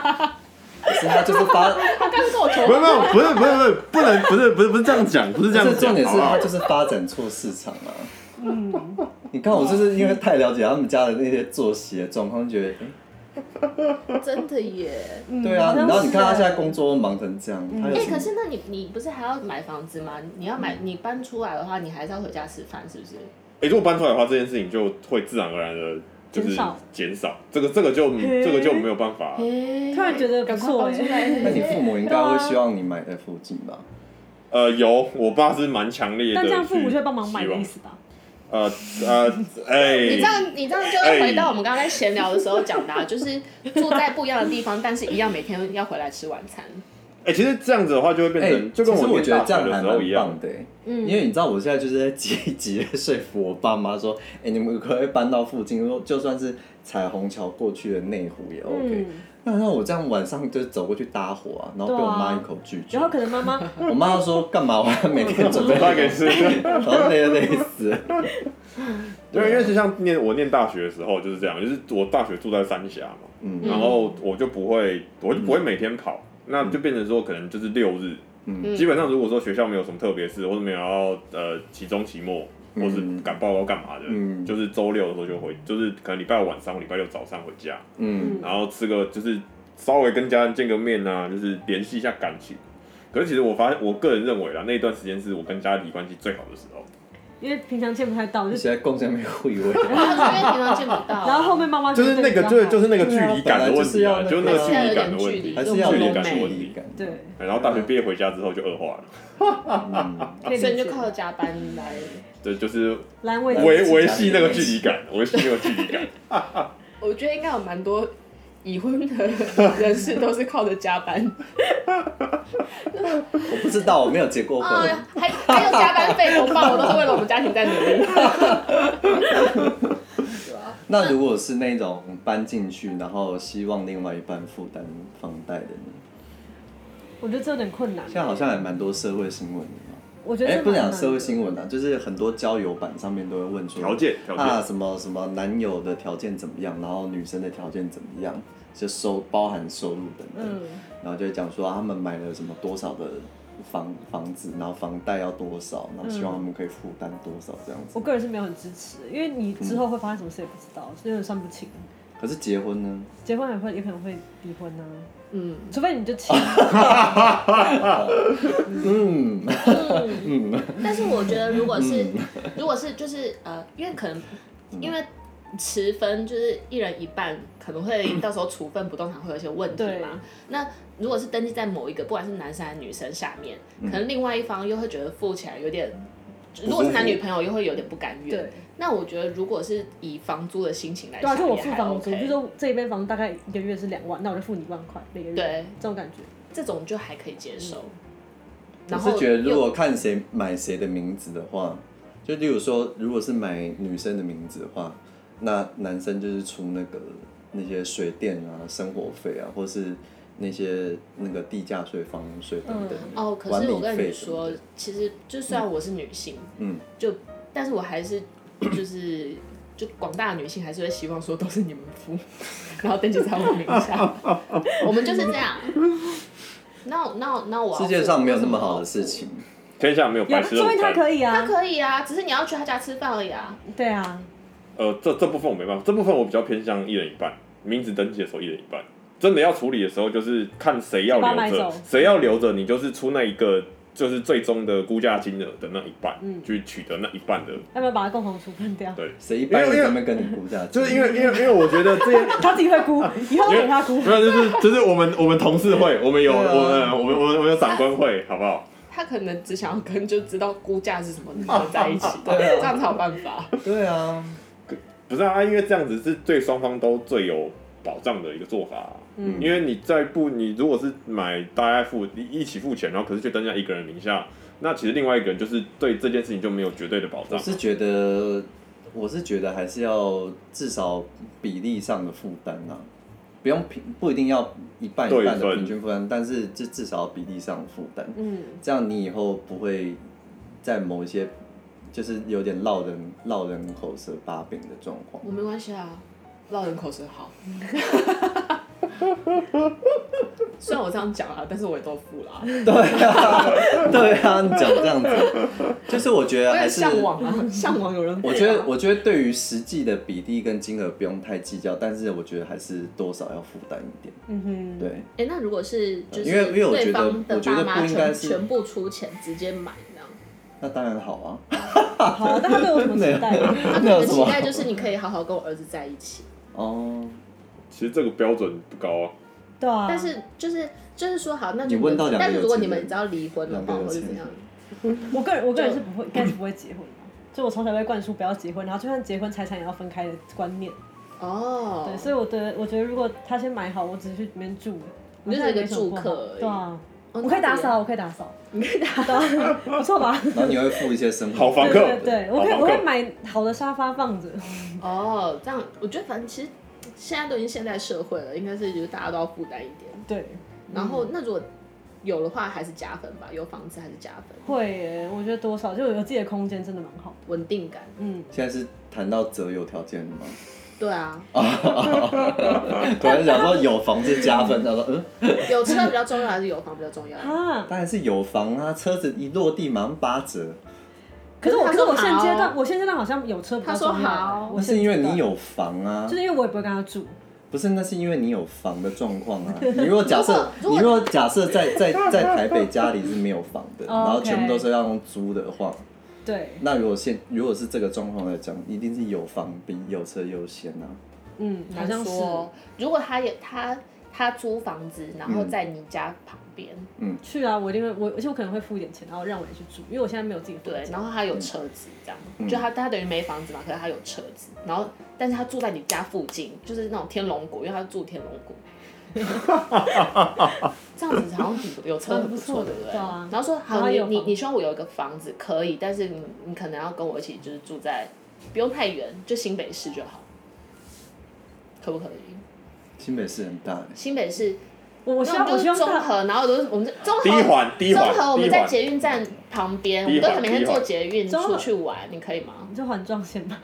Speaker 2: 不是他就是发，
Speaker 1: [laughs] 他刚跟我求
Speaker 4: 没有没有，不是不是不是，不能不是不是不是这样讲，不是 [laughs] 这
Speaker 2: 这
Speaker 4: 样
Speaker 2: 重
Speaker 4: 讲，
Speaker 2: 点是
Speaker 4: 好不啊好
Speaker 2: 他就是发展错市场啊。你看我就是因为太了解他们家的那些作息的状况，觉得、哎
Speaker 1: 婚，真的耶。
Speaker 3: 嗯
Speaker 2: 对啊。
Speaker 3: 好像
Speaker 2: 然后你看他
Speaker 3: 是欸
Speaker 2: 现在工作忙成这样，他有
Speaker 1: 哎、
Speaker 2: 什
Speaker 1: 可
Speaker 2: 么？
Speaker 1: 是那你你不是还要买房子吗？你要买，你搬出来的话，你还是要回家吃饭，是不是？
Speaker 4: 哎、如果搬出来的话，这件事情就会自然而然的，就是
Speaker 3: 减少
Speaker 4: 减少。这个这个就
Speaker 3: 嘿
Speaker 4: 这个就没有办法、
Speaker 1: 哎
Speaker 3: 突然觉得不
Speaker 1: 赶快
Speaker 3: 错欸
Speaker 1: 搬出来
Speaker 2: [laughs] 那你父母应该会希望你买在附近吧？
Speaker 4: 呃，有，我爸是蛮强烈的去
Speaker 3: 但
Speaker 4: 希望。
Speaker 3: 这样父母就会帮忙买的意思吧？
Speaker 4: 呃呃，哎、
Speaker 1: [laughs] 你这样，你这样就会回到我们刚刚在闲聊的时候讲的、啊，就是住在不一样的地方，但是一样每天要回来吃晚 [laughs] 餐。
Speaker 4: 哎、其实这样子的话就会变
Speaker 2: 哎、
Speaker 4: 成，就跟
Speaker 2: 其实我
Speaker 4: 我
Speaker 2: 觉得
Speaker 4: 念
Speaker 2: 这
Speaker 4: 大
Speaker 2: 样
Speaker 4: 学的
Speaker 2: 还
Speaker 4: 时候一
Speaker 2: 蛮
Speaker 4: 样。
Speaker 2: 棒的、欸，
Speaker 1: 嗯
Speaker 2: 因为你知道我现在就是在 [laughs] 极极力说服我爸妈说，哎、你们可不可以搬到附近，就算是彩虹桥过去的内湖也 OK、
Speaker 3: 嗯
Speaker 2: 那那我这样晚上就走过去搭伙啊，然后被我妈一口拒绝。
Speaker 3: 然后可能妈妈，
Speaker 2: 我妈说干嘛？我要每
Speaker 4: [laughs]
Speaker 2: 天准备
Speaker 4: 发给是，
Speaker 2: [laughs] 然后累得累死了。
Speaker 4: 对，因为就像念我念大学的时候就是这样，就是我大学住在三峡嘛，
Speaker 2: 嗯
Speaker 4: 然后我就不会，我就不会每天跑，那就变成说可能就是六日，
Speaker 1: 嗯
Speaker 4: 基本上如果说学校没有什么特别事，或者没有要呃期中期末。或是
Speaker 2: 嗯
Speaker 4: 赶报告干嘛的，
Speaker 2: 嗯
Speaker 4: 就是周六的时候就回，就是可能礼拜五晚上或礼拜六早上回家，
Speaker 2: 嗯
Speaker 4: 然后吃个就是稍微跟家人见个面啊，就是联系一下感情。可是其实我发现，我个人认为啦，啊那一段时间是我跟家里关系最好的时候。
Speaker 3: 因为平常见不太到，
Speaker 2: [laughs]
Speaker 3: 就
Speaker 2: 现在共享没有互
Speaker 3: [laughs]
Speaker 2: 以为。
Speaker 1: 因为平常见不到。
Speaker 3: 然后后面妈妈
Speaker 4: 就是
Speaker 3: 对
Speaker 4: 那个，
Speaker 3: 你比较
Speaker 4: 就是
Speaker 3: 好
Speaker 4: 就是那个距离感的问
Speaker 2: 就是
Speaker 4: 题
Speaker 2: 要
Speaker 4: 啊，
Speaker 2: 那个
Speaker 4: 就是那个距离感的问题，
Speaker 2: 还
Speaker 1: 还
Speaker 2: 是
Speaker 1: 是
Speaker 2: 要
Speaker 1: 要
Speaker 4: 距
Speaker 1: 有
Speaker 4: 离
Speaker 1: 点
Speaker 4: 感的
Speaker 1: 距
Speaker 4: 问题。
Speaker 2: 感。
Speaker 3: 对，
Speaker 4: 然后大学毕业回家之后就恶化了，
Speaker 2: 嗯，
Speaker 3: 可以
Speaker 1: 啊所以
Speaker 3: 理
Speaker 1: 你
Speaker 3: 解
Speaker 1: 就靠加班来。
Speaker 4: 对，就是
Speaker 3: 来安慰自己
Speaker 4: 维维系那个距离感，维系那个距离感。
Speaker 1: 我觉得应该有蛮多已婚的人士都是靠着加班，
Speaker 2: 我不知道，我没有结过婚。
Speaker 3: 哦
Speaker 1: 啊，还还有加班费，多棒！我都是为了我们家庭在努力。
Speaker 2: 那如果是那种搬进去，然后希望另外一半负担房贷的呢？
Speaker 3: 我觉得这有点困难
Speaker 2: 现。在好像也蛮多社会新闻的嘛。
Speaker 3: 我觉得
Speaker 2: 哎、
Speaker 3: 这
Speaker 2: 不
Speaker 3: 蛮
Speaker 2: 讲
Speaker 3: 难
Speaker 2: 社会
Speaker 3: 的
Speaker 2: 新闻啊，就是很多交友版上面都会问说
Speaker 4: 条件条件
Speaker 2: 啊什么什么男友的条件怎么样，然后女生的条件怎么样，就收包含收入等等，
Speaker 3: 嗯，
Speaker 2: 然后就会讲说、啊他们买了什么多少的房房子，然后房贷要多少，然后希望
Speaker 3: 嗯
Speaker 2: 他们可以负担多少这样子。
Speaker 3: 我个人是没有很支持，因为你之后会发生什么事也不知道，所以有点算不清。
Speaker 2: 可是结婚呢？
Speaker 3: 结婚也会也可能会离婚啊，
Speaker 1: 嗯，
Speaker 3: 除非你
Speaker 2: [laughs]
Speaker 3: 就请，
Speaker 1: 但是我觉得如果是如果是就是呃，因为可能因为持分就是一人一半，可能会到时候处分不动产会有一些问题
Speaker 3: 对
Speaker 1: 嘛。那如果是登记在某一个，不管是男生还是女生下面，可能另外一方又会觉得付起来有点，如果是男女朋友又会有点不甘愿。
Speaker 3: 对，
Speaker 1: 那我觉得，如果是以房租的心情来
Speaker 3: 对啊，
Speaker 1: 想，
Speaker 3: 就我
Speaker 1: 也
Speaker 3: 付
Speaker 1: 还
Speaker 3: 房租，
Speaker 1: OK
Speaker 3: 就说这一边房大概一个月是两万，那我就付你一万块每个月，
Speaker 1: 对，
Speaker 3: 这种感觉。
Speaker 1: 这种就还可以接受。
Speaker 2: 我
Speaker 1: 然
Speaker 2: 是
Speaker 1: 后
Speaker 2: 觉得，如果
Speaker 1: 又
Speaker 2: 看谁买谁的名字的话，就例如说，如果是买女生的名字的话，那男生就是出那个那些水电啊、生活费啊，或是那些那个地价税、房屋税等等。
Speaker 1: 哦，可
Speaker 2: 管
Speaker 1: 是
Speaker 2: 理
Speaker 1: 我跟
Speaker 2: 费
Speaker 1: 你
Speaker 2: 什么
Speaker 1: 说
Speaker 2: 的，
Speaker 1: 其实就虽然我是女性，
Speaker 2: 嗯，
Speaker 1: 就但是我还是就是就广大的女性还是会希望说都是你们付，然后登记在我名下，我们就是这样。那那那我要
Speaker 2: 世界
Speaker 1: 付
Speaker 2: 上没有
Speaker 1: 为
Speaker 2: 那
Speaker 1: 什
Speaker 2: 么
Speaker 1: 我
Speaker 2: 好
Speaker 1: 要
Speaker 2: 的事
Speaker 1: 付，
Speaker 2: 情。
Speaker 4: 天下没有
Speaker 3: 有，
Speaker 4: 白吃的
Speaker 3: 说
Speaker 4: 午
Speaker 3: 明他
Speaker 4: 餐。
Speaker 3: 可以
Speaker 1: 他
Speaker 3: 啊，
Speaker 1: 可以啊，只是你要去他家吃饭而已啊。
Speaker 3: 对啊，
Speaker 4: 呃，这这部分我没办法，这部分我比较偏向一人一半，名字登记的时候一人一半。真的要处理的时候，就是看谁要
Speaker 3: 就把它买
Speaker 4: 留着
Speaker 3: 走，
Speaker 4: 谁要留着，你就是出那一个，就是最终的估价金额的那一半，
Speaker 3: 嗯
Speaker 4: 去取得那一半的。
Speaker 3: 要不要把它共同处分掉？
Speaker 4: 对，
Speaker 2: 谁一般
Speaker 4: 因为
Speaker 2: 会这么跟你估价？
Speaker 4: 就是因为因为因为我觉得这些。
Speaker 3: 他自己会 [laughs] 哭，以后给他哭
Speaker 4: 没有，就是就是我们我们同事会，我们有我
Speaker 2: 对啊
Speaker 4: 们我们我们我们有长官会，好不好？
Speaker 1: 他可能只想要跟就知道估价是什么，然后在一起，
Speaker 2: [laughs] 对啊
Speaker 1: 这样才有办法。
Speaker 2: 对啊，
Speaker 4: 不是啊，因为这样子是对双方都最有保障的一个做法啊、
Speaker 3: 嗯
Speaker 4: 因为你再不，你如果是买大家付一一起付钱，然后可是却登在一个人名下，那其实另外一个人就是对这件事情就没有绝对的保
Speaker 2: 我
Speaker 4: 障。
Speaker 2: 是觉得，我是觉得还是要至少比例上的负担啊，不用平，不一定要一半一半
Speaker 4: 对
Speaker 2: 的
Speaker 4: 分
Speaker 2: 平均负担，但是这至少比例上的负担。
Speaker 3: 嗯，
Speaker 2: 这样你以后不会在某一些就是有点落人落人口舌把柄的状况。 [laughs]
Speaker 1: 我没关系啊，绕人口舌好。 [laughs] 虽然我这样讲啊，但是我也都付 [laughs] 啦，
Speaker 2: 对啊，你讲这样子，就是我觉得
Speaker 1: 我也
Speaker 2: 还是。
Speaker 1: 向往啊，向往有人付啊。
Speaker 2: 我觉得，我觉得对于实际的比例跟金额不用太计较，但是我觉得还是多少要负担一点。
Speaker 3: 嗯哼，
Speaker 2: 对，
Speaker 1: 哎、那如果是就是
Speaker 2: 因为因为我
Speaker 1: 对
Speaker 2: 觉得
Speaker 1: 方的
Speaker 2: 我觉
Speaker 1: 爸
Speaker 2: 得
Speaker 1: 妈
Speaker 2: 不应该
Speaker 1: 全
Speaker 2: 是
Speaker 1: 全部出钱直接买这样，
Speaker 2: 那当然好啊。
Speaker 3: 好，但他 [laughs] 对我什么期待啊？
Speaker 1: 他
Speaker 2: [laughs] 那有
Speaker 1: 可能
Speaker 2: 什么
Speaker 1: 期待就是你可以好好跟我儿子在一起， [laughs]
Speaker 2: 哦，
Speaker 4: 其实这个标准不高啊，
Speaker 3: 对啊，
Speaker 1: 但是就是就是说好，那就
Speaker 2: 你问到两个
Speaker 1: 但是如
Speaker 2: 有
Speaker 1: 果
Speaker 2: 钱
Speaker 1: 你们
Speaker 2: 人
Speaker 1: 只要离婚的
Speaker 2: 两个
Speaker 1: 话，
Speaker 2: 有
Speaker 1: 或者
Speaker 2: 钱
Speaker 1: 怎样，
Speaker 3: 我个人我个人是不会，应该是不会结婚的。就我从小被灌输不要结婚，然后就算结婚，财产也要分开的观念。
Speaker 1: 哦，
Speaker 3: 对，所以我的我觉得，如果他先买好，我只是去里面住，
Speaker 1: 你就是一个住客
Speaker 3: 好像也没什么不好
Speaker 1: 而已
Speaker 3: 对啊，
Speaker 1: 哦
Speaker 3: 我可以打，
Speaker 1: 那
Speaker 3: 扫，我可以打扫，你可以打扫，不错吧？
Speaker 2: 然后你会付一些生活
Speaker 4: 好房
Speaker 3: 对
Speaker 4: 客
Speaker 3: 对对，我可以
Speaker 4: 好
Speaker 3: 我
Speaker 4: 房客
Speaker 3: 会买好的沙发放着，
Speaker 1: 也哦，这样我觉得反正其实现在都已经现代社会了，应该是就是大家都要负担一点。
Speaker 3: 对，
Speaker 1: 然
Speaker 3: 嗯
Speaker 1: 后那如果有的话，还是加分吧，有房子还是加分，
Speaker 3: 会耶，我觉得多少就有自己的空间，真的蛮好的。
Speaker 1: 稳定感。
Speaker 3: 嗯，
Speaker 2: 现在是谈到择友条件了
Speaker 1: [laughs]
Speaker 2: 吗？
Speaker 1: 对啊，
Speaker 2: 突然想说有房是加分，他
Speaker 1: [laughs]
Speaker 2: 说嗯，
Speaker 1: 有车比较重要还是有房比较重要？
Speaker 3: 啊，
Speaker 2: 当然是有房啊，车子一落地马上八折，
Speaker 3: 可是我，
Speaker 1: 可
Speaker 3: 可
Speaker 1: 是他
Speaker 3: 是
Speaker 1: 说
Speaker 3: 我现阶
Speaker 1: 好
Speaker 3: 段，我现阶段好像有车比较
Speaker 1: 他说
Speaker 3: 重要
Speaker 1: 好
Speaker 3: 我
Speaker 2: 那
Speaker 3: 现
Speaker 2: 是因为
Speaker 3: 阶段
Speaker 2: 你，有房啊
Speaker 1: [laughs]
Speaker 3: 就，是因为我也不会跟他住，
Speaker 2: 不是那是因为你有房的状况
Speaker 1: [laughs]
Speaker 2: 啊。你如果假设，
Speaker 1: 如
Speaker 2: 你
Speaker 1: 果如果
Speaker 2: 如果假设在在在台北家里是没有房
Speaker 1: [laughs]
Speaker 2: 的，
Speaker 3: 哦
Speaker 2: 然后
Speaker 3: OK
Speaker 2: 全部都是要用租的话，
Speaker 3: 对，
Speaker 2: 那如果现如果是这个状况来讲，一定是有房比有车优先啊。
Speaker 3: 嗯，好像是，
Speaker 1: 说，哦如果他也他他租房子，然后在你家旁边，
Speaker 3: 去啊，我一定会，我而且我可能会付一点钱，然后让我也去住，因为我现在没有自己的房
Speaker 1: 对，
Speaker 3: 间。
Speaker 1: 然后他有车子这样，
Speaker 4: 嗯
Speaker 1: 就他他等于没房子嘛，可是他有车子，然后但是他住在你家附近，就是那种天龙谷，因为他住天龙
Speaker 4: [laughs]
Speaker 1: 谷。这样子好像很有车很不错，
Speaker 3: 蛮不错的
Speaker 1: 对不对？
Speaker 3: 对啊
Speaker 1: 然后说
Speaker 3: 然
Speaker 1: 好，
Speaker 3: 后
Speaker 1: 你
Speaker 3: 有
Speaker 1: 你
Speaker 3: 房
Speaker 1: 你希望我有一个房子可以，但是你你可能要跟我一起，就是住在不用太远，就新北市就好，可不可以？
Speaker 2: 新北市很大欸，
Speaker 1: 新北市
Speaker 3: 我我希
Speaker 1: 那
Speaker 3: 望
Speaker 1: 我
Speaker 3: 我
Speaker 1: 们
Speaker 3: 希
Speaker 1: 就
Speaker 3: 望
Speaker 1: 是综
Speaker 3: 大
Speaker 1: 合，然后都是我们综合
Speaker 4: 第一环第一环
Speaker 1: 综合我
Speaker 4: 第
Speaker 1: 们
Speaker 4: 一
Speaker 1: 在
Speaker 4: 环
Speaker 1: 捷运站旁边，我
Speaker 4: 第一
Speaker 1: 们
Speaker 4: 环
Speaker 1: 都每天
Speaker 4: 第一环
Speaker 1: 坐捷运
Speaker 3: 综
Speaker 1: 出
Speaker 3: 合
Speaker 1: 去玩，你可以吗？
Speaker 3: 你就环状线吧，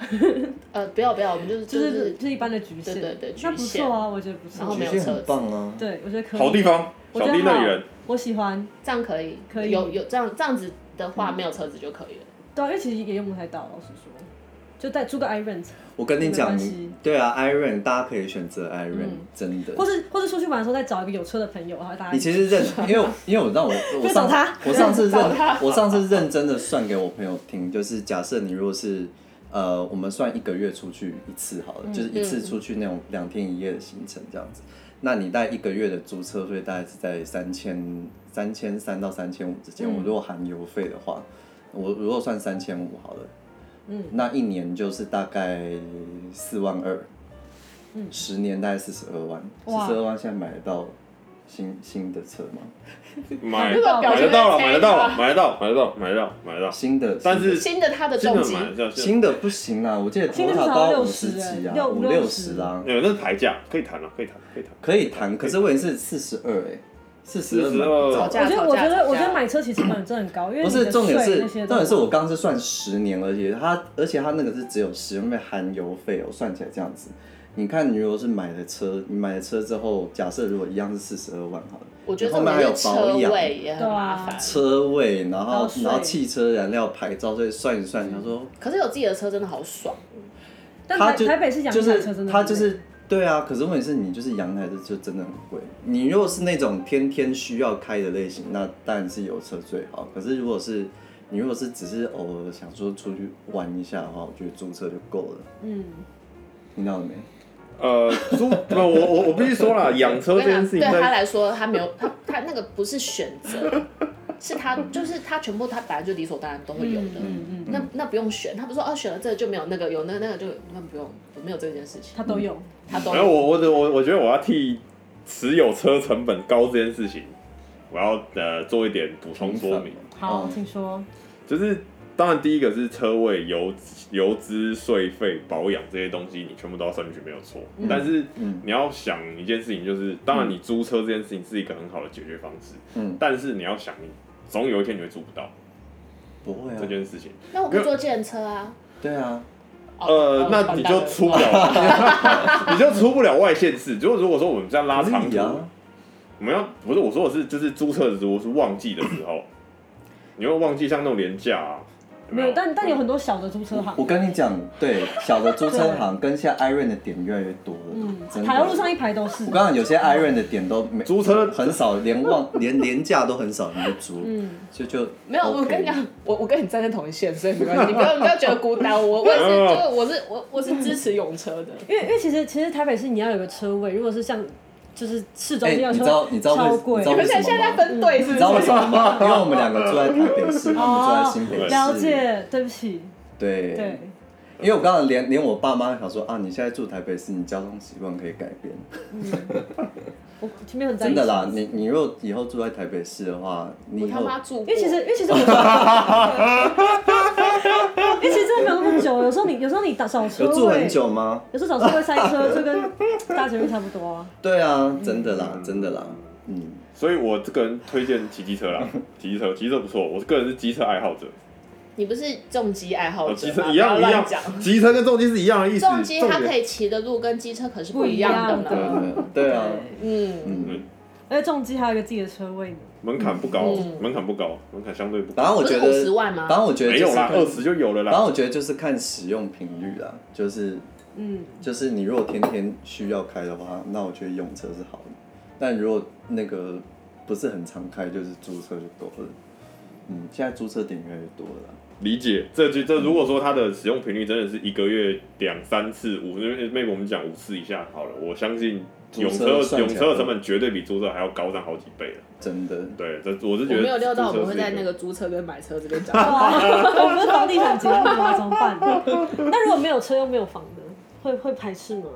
Speaker 1: 呃，不要不要，我们就是就
Speaker 3: 就
Speaker 1: 是是
Speaker 3: 就是一般的局限，
Speaker 1: 对对对
Speaker 3: 那
Speaker 1: 局
Speaker 3: 不
Speaker 1: 限
Speaker 3: 错啊，我觉得不
Speaker 1: 然后
Speaker 3: 错
Speaker 1: 没，
Speaker 2: 局
Speaker 1: 有
Speaker 2: 限
Speaker 1: 车
Speaker 2: 很
Speaker 1: 子
Speaker 2: 棒啊。
Speaker 3: 对我觉得可以，
Speaker 4: 好地方，
Speaker 3: 我觉
Speaker 4: 小
Speaker 3: 得
Speaker 4: 弟那里
Speaker 3: 好
Speaker 4: 人，
Speaker 3: 我喜欢，
Speaker 1: 这样可以，
Speaker 3: 可以嗯
Speaker 1: 有有这样这样子的话，没有车子就可以了。
Speaker 3: 对啊，因为其实也用不太到，老实说，就带租个 i rent，
Speaker 2: 我跟你讲，
Speaker 3: 没关系
Speaker 2: 你对啊，Iron 大家可以选择 Iron，、
Speaker 1: 嗯
Speaker 2: 真的。
Speaker 3: 或是或是出去玩的时候再找一个有车的朋友，然后大家
Speaker 2: 你
Speaker 3: 一
Speaker 2: 其
Speaker 3: 起
Speaker 2: 实
Speaker 3: [laughs]
Speaker 2: 认，因为我因为我让我我
Speaker 3: 找 [laughs]
Speaker 2: 上
Speaker 3: 他
Speaker 2: 我上次认
Speaker 1: 找他
Speaker 2: 我上次认真的算给我朋友听，就是假设你如果是呃，我们算一个月出去一次好
Speaker 3: 嗯
Speaker 2: 了，就是一次出去那种两天一夜的行程这样子，那你大概一个月的租车费大概是在三千三千三到三千五之
Speaker 3: 嗯
Speaker 2: 间，我如果含油费的话，我如果算三千五好了，嗯，那一年就是大概四万二。嗯，十年大概四十二万，
Speaker 3: 哇
Speaker 2: 四十二万现在买得到新新的车吗？
Speaker 4: 买
Speaker 3: 这个表
Speaker 4: 买
Speaker 1: 情
Speaker 4: 得到了，
Speaker 1: 在
Speaker 4: 买得到了，
Speaker 1: 猜
Speaker 4: 买得到，买得到，买得到，买得到。
Speaker 2: 新的，
Speaker 4: 但是
Speaker 1: 新的它的
Speaker 4: 新
Speaker 1: 重
Speaker 4: 的
Speaker 1: 机
Speaker 4: 买得到，
Speaker 2: 新的不行啊！我记得
Speaker 3: 新的
Speaker 2: Toyota
Speaker 3: 至少
Speaker 2: 都
Speaker 3: 要
Speaker 2: 五十几啊，
Speaker 3: 60
Speaker 2: 五
Speaker 3: 六
Speaker 2: 六十
Speaker 3: 十
Speaker 2: 啊，
Speaker 4: 没有，那是牌价，可以谈了，啊可以谈，可以谈。
Speaker 2: 可以谈。可是问题是四十二哎，四十二
Speaker 4: 42
Speaker 2: 买不
Speaker 1: 吵
Speaker 2: 到。
Speaker 1: 架
Speaker 3: 我觉得
Speaker 1: 吵
Speaker 3: 我
Speaker 1: 架
Speaker 3: 觉得
Speaker 1: 吵
Speaker 3: 我觉
Speaker 1: 架
Speaker 3: 得买车其实成本真的很高，因为
Speaker 2: 不
Speaker 3: 你
Speaker 2: 是
Speaker 3: 的
Speaker 2: 重点
Speaker 3: 税
Speaker 2: 是
Speaker 3: 那些，
Speaker 2: 重点是
Speaker 3: 都
Speaker 2: 我刚刚是算十年，而且它而且它那个是只有使用费含油费哦，算起来这样子。你看，你如果是买的车，你买了车之后，假设如果一样是四十二万好了，
Speaker 1: 我觉得
Speaker 2: 你后面还有保
Speaker 1: 重点是车
Speaker 2: 养、
Speaker 1: 位也很麻烦
Speaker 3: 对啊。
Speaker 2: 车位，然
Speaker 3: 还
Speaker 2: 后
Speaker 3: 有税
Speaker 2: 然后汽车燃料牌照，所以算一算，想说
Speaker 1: 可是有自己的车真的好爽，
Speaker 3: 但
Speaker 2: 他
Speaker 3: 台
Speaker 2: 就
Speaker 3: 台北是养一
Speaker 2: 就
Speaker 3: 台
Speaker 2: 是
Speaker 3: 车真的很累，
Speaker 2: 他就是对啊，可是问题是你就是阳台的就真的很贵。你如果是那种天天需要开的类型，那当然是有车最好。可是如果是你如果是只是偶尔想说出去玩一下的话，我觉得租车就够了。
Speaker 3: 嗯，
Speaker 2: 听到了没？
Speaker 4: 呃，租 [laughs] 不，我我我必须说了，养车
Speaker 1: 我
Speaker 4: 这
Speaker 1: 跟你讲，
Speaker 4: 件事情
Speaker 1: 对啊他
Speaker 4: 在
Speaker 1: 来说，他没有他他那个不是选择，是他就是他全部他本来就理所当然都会有的。
Speaker 3: 嗯嗯，
Speaker 1: 那那不用选，他不是说哦选了这个就没有那个，有那个那个就那不用，没有这件事情，
Speaker 3: 他都有，
Speaker 1: 他都
Speaker 4: 没有我我我我觉得我要替持有车成本高这件事情，我要呃做一点补充说明。
Speaker 3: 好，
Speaker 2: 嗯
Speaker 3: 请说，
Speaker 4: 就是当然第一个是车位、油油资、税费、保养这些东西，你全部都要算进去，没有错。但是
Speaker 2: 嗯
Speaker 4: 你要想一件事情，就是当然你租车这件事情是一个很好的解决方式，
Speaker 2: 嗯，
Speaker 4: 但是你要想，你总有一天你会租不到
Speaker 2: 不会
Speaker 4: 这
Speaker 2: 啊，
Speaker 4: 件事情。
Speaker 1: 那我可以坐电车啊。
Speaker 2: 对啊，
Speaker 1: 哦
Speaker 4: 呃，那你就出不。了，
Speaker 2: [laughs]
Speaker 4: 你就出不了外县市。如果如果说我们这样拉长
Speaker 2: 可以
Speaker 4: 途，
Speaker 2: 啊，
Speaker 4: 我们要不是我说的是，就是租车的时候是旺季的
Speaker 1: [coughs]
Speaker 4: 时候，你会忘记像那种廉价啊，
Speaker 3: 没有，但但有很多小的租车行
Speaker 2: 啊我，跟你讲，对小的租车行跟现在 Iron 的点越来越多了，
Speaker 3: 嗯，
Speaker 2: 真的
Speaker 3: 海洋路上一排都是
Speaker 2: 我，刚刚有些 Iron 的点都没
Speaker 4: 租车
Speaker 2: 很少，连忘 [laughs] 连廉价都很少人去租，
Speaker 3: 嗯，
Speaker 2: 所以就
Speaker 1: 没有，我
Speaker 2: OK
Speaker 1: 跟你讲，我我跟你站在同一线， [laughs] 所以没关系，你不要你不要觉得孤单。我我也是， [laughs] 就是我是我我是支持永车 [laughs] 的。
Speaker 3: 因为因为其实其实台北市你要有个车位，如果是像就是市中
Speaker 2: 哎、
Speaker 3: 心要
Speaker 2: 你
Speaker 3: 车
Speaker 2: 知道你知道为
Speaker 3: 超
Speaker 2: 你
Speaker 3: 贵
Speaker 2: 知道，
Speaker 1: 你
Speaker 2: 为
Speaker 1: 们
Speaker 2: 什
Speaker 1: 现在
Speaker 2: 么
Speaker 1: 在
Speaker 2: 吗？
Speaker 1: 分队是
Speaker 2: 你
Speaker 1: 不
Speaker 2: 知道为
Speaker 1: 是？
Speaker 2: 什么
Speaker 4: [laughs]
Speaker 2: 吗？因为我们两个住在台北市，他们住在新北市。
Speaker 3: 了解，对不起，
Speaker 2: 对
Speaker 3: 对，
Speaker 2: 因为我刚刚连连我爸妈想说啊，你现在住台北市，你交通习惯可以改变。
Speaker 3: 我前面很在意
Speaker 2: 真的啦，你你如果以后住在台北市的话，你
Speaker 1: 我
Speaker 2: 以
Speaker 1: 他
Speaker 2: 后
Speaker 1: 妈住过，
Speaker 3: 因为其实，因为其实我，因为其实真的没有那么久，有时候你有时候你打找车
Speaker 2: 有住
Speaker 3: 位
Speaker 2: 很，久吗？
Speaker 3: 有时候找车位塞车，就跟大学生差不多啊。
Speaker 2: 对啊，真的啦，真的啦，嗯，
Speaker 4: 所以我这个人推荐骑机车
Speaker 1: [laughs]
Speaker 4: 啦，骑机车，骑机车不错，我个人是机车爱好者，
Speaker 1: 你不是重机爱好
Speaker 4: 哦，
Speaker 1: 者
Speaker 4: 机
Speaker 1: 吗？
Speaker 4: 车
Speaker 1: 不
Speaker 4: 一样
Speaker 1: 要
Speaker 4: 一
Speaker 1: 乱讲。
Speaker 4: 样，骑车跟重机是一样的意思，
Speaker 1: 重机它
Speaker 4: 重点
Speaker 1: 可以骑的路跟机车可是
Speaker 3: 不
Speaker 1: 不
Speaker 3: 一
Speaker 1: 一
Speaker 3: 样
Speaker 1: 样的
Speaker 3: 的
Speaker 2: 对
Speaker 1: 嘛。
Speaker 2: 啊 [laughs] 对啊，
Speaker 1: 嗯，
Speaker 2: 嗯，
Speaker 3: 而且重机还有一个自己的车位呢，
Speaker 4: 门槛不高，
Speaker 1: 嗯
Speaker 4: 门槛不高，门槛相对不高，
Speaker 2: 反正我
Speaker 1: 不
Speaker 2: 觉
Speaker 1: 是
Speaker 2: 得
Speaker 1: 五十万吗？
Speaker 2: 反正我觉得
Speaker 4: 没
Speaker 2: 就
Speaker 4: 有
Speaker 2: 是
Speaker 4: 啦，
Speaker 2: 看
Speaker 4: 二十就有了
Speaker 2: 反正
Speaker 4: 啦。
Speaker 2: 我觉得就是看使用频率啦，就是
Speaker 3: 嗯，
Speaker 2: 就是你如果天天需要开的话，那我觉得用车是好的。但如果那个不是很常开，就是租车就够了。嗯，现在租车点越来越多了啦。
Speaker 4: 理解，这就这如果说它的使用频率真的是一个月两三次五，因为 maybe 我们讲五次以下好了，我相信
Speaker 2: 租
Speaker 4: 用
Speaker 2: 车
Speaker 4: 车
Speaker 2: 算
Speaker 4: 用
Speaker 2: 起来
Speaker 4: 车的成本绝对比租车还要高上好几倍了。
Speaker 2: 真的，
Speaker 4: 对，这我是
Speaker 1: 我
Speaker 4: 觉得
Speaker 1: 没有料到我
Speaker 4: 租车
Speaker 1: 们会
Speaker 4: 是一
Speaker 1: 在那个租车跟买车这边
Speaker 3: 对
Speaker 1: [laughs] 讲。
Speaker 3: 啊我们是房地产节目吗？怎么办？那如果没有车又没有房的，会会排斥吗？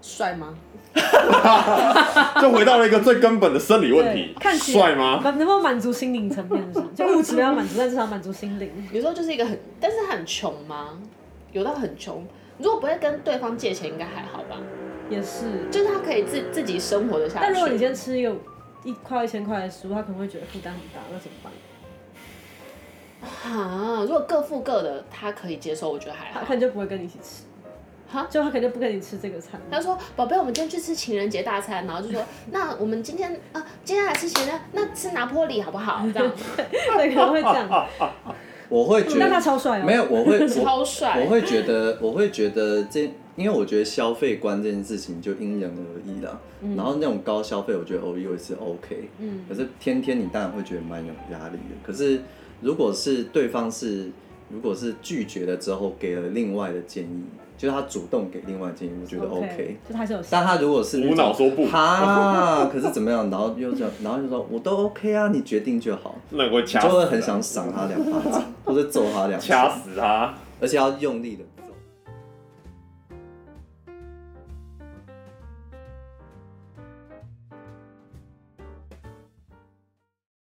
Speaker 1: 帅吗？
Speaker 4: [laughs] 就回到了一个最根本的生理问题
Speaker 3: 对，看起来
Speaker 4: 帅吗？
Speaker 1: [laughs]
Speaker 3: 满能不能满足心灵层面上，就物质不要满足，但至少满足心灵。
Speaker 1: 比如说就是一个很，但是很穷吗？有到很穷，如果不会跟对方借钱，应该还好吧？
Speaker 3: 也是，
Speaker 1: 就是他可以自自己生活的下去。
Speaker 3: 但如果你今天吃一个一块一千块的食物，他可能会觉得负担很大，那怎么办？
Speaker 1: 啊，如果各付各的，他可以接受，我觉得还
Speaker 3: 他
Speaker 1: 好
Speaker 3: 可。能就不会跟你一起吃，
Speaker 1: 哈
Speaker 3: 就他可能就不跟你吃这个餐。
Speaker 1: 他说：“宝贝，我们今天去吃情人节大餐。”然后就说：“那我们今天啊、今天来吃情人，那吃拿坡里好不好？”这样
Speaker 3: 对，可能会
Speaker 2: [laughs]
Speaker 3: 这样。
Speaker 2: 我会觉得
Speaker 3: 但他超帅哦，
Speaker 2: 没有，我
Speaker 3: [laughs]
Speaker 2: 会我
Speaker 1: 超帅
Speaker 2: 我。会觉得我会觉得这，因为我觉得消费观这件事情就因人而异啦。然后那种高消费，我觉得偶尔是 OK。
Speaker 1: 嗯，
Speaker 2: 可是天天你当然会觉得蛮有压力的。可是如果是对方是如果是拒绝了之后给了另外的建议，就是他主动给另外建议，我觉得 OK。
Speaker 3: OK，就他是有
Speaker 2: 但他如果是那种
Speaker 4: 无脑说不
Speaker 2: 哈，可是怎么样？然后又讲，然后就说我都 OK 啊，你决定就好，
Speaker 4: 那我会
Speaker 2: 你
Speaker 4: 掐死
Speaker 2: 就
Speaker 4: 他，
Speaker 2: 会很想赏他两巴掌，或者揍他两
Speaker 4: 掐
Speaker 2: 下，
Speaker 4: 死他。
Speaker 2: 而且要用力的。